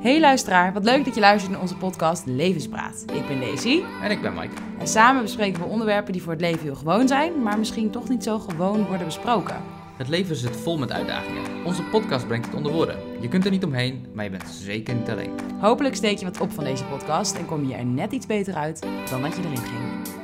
Hey luisteraar, wat leuk dat je luistert naar onze podcast Levenspraat. Ik ben Daisy En ik ben Mike. en samen bespreken we onderwerpen die voor het leven heel gewoon zijn, maar misschien toch niet zo gewoon worden besproken. Het leven zit vol met uitdagingen. Onze podcast brengt het onder woorden. Je kunt er niet omheen, maar je bent zeker niet alleen. Hopelijk steek je wat op van deze podcast en kom je er net iets beter uit dan dat je erin ging.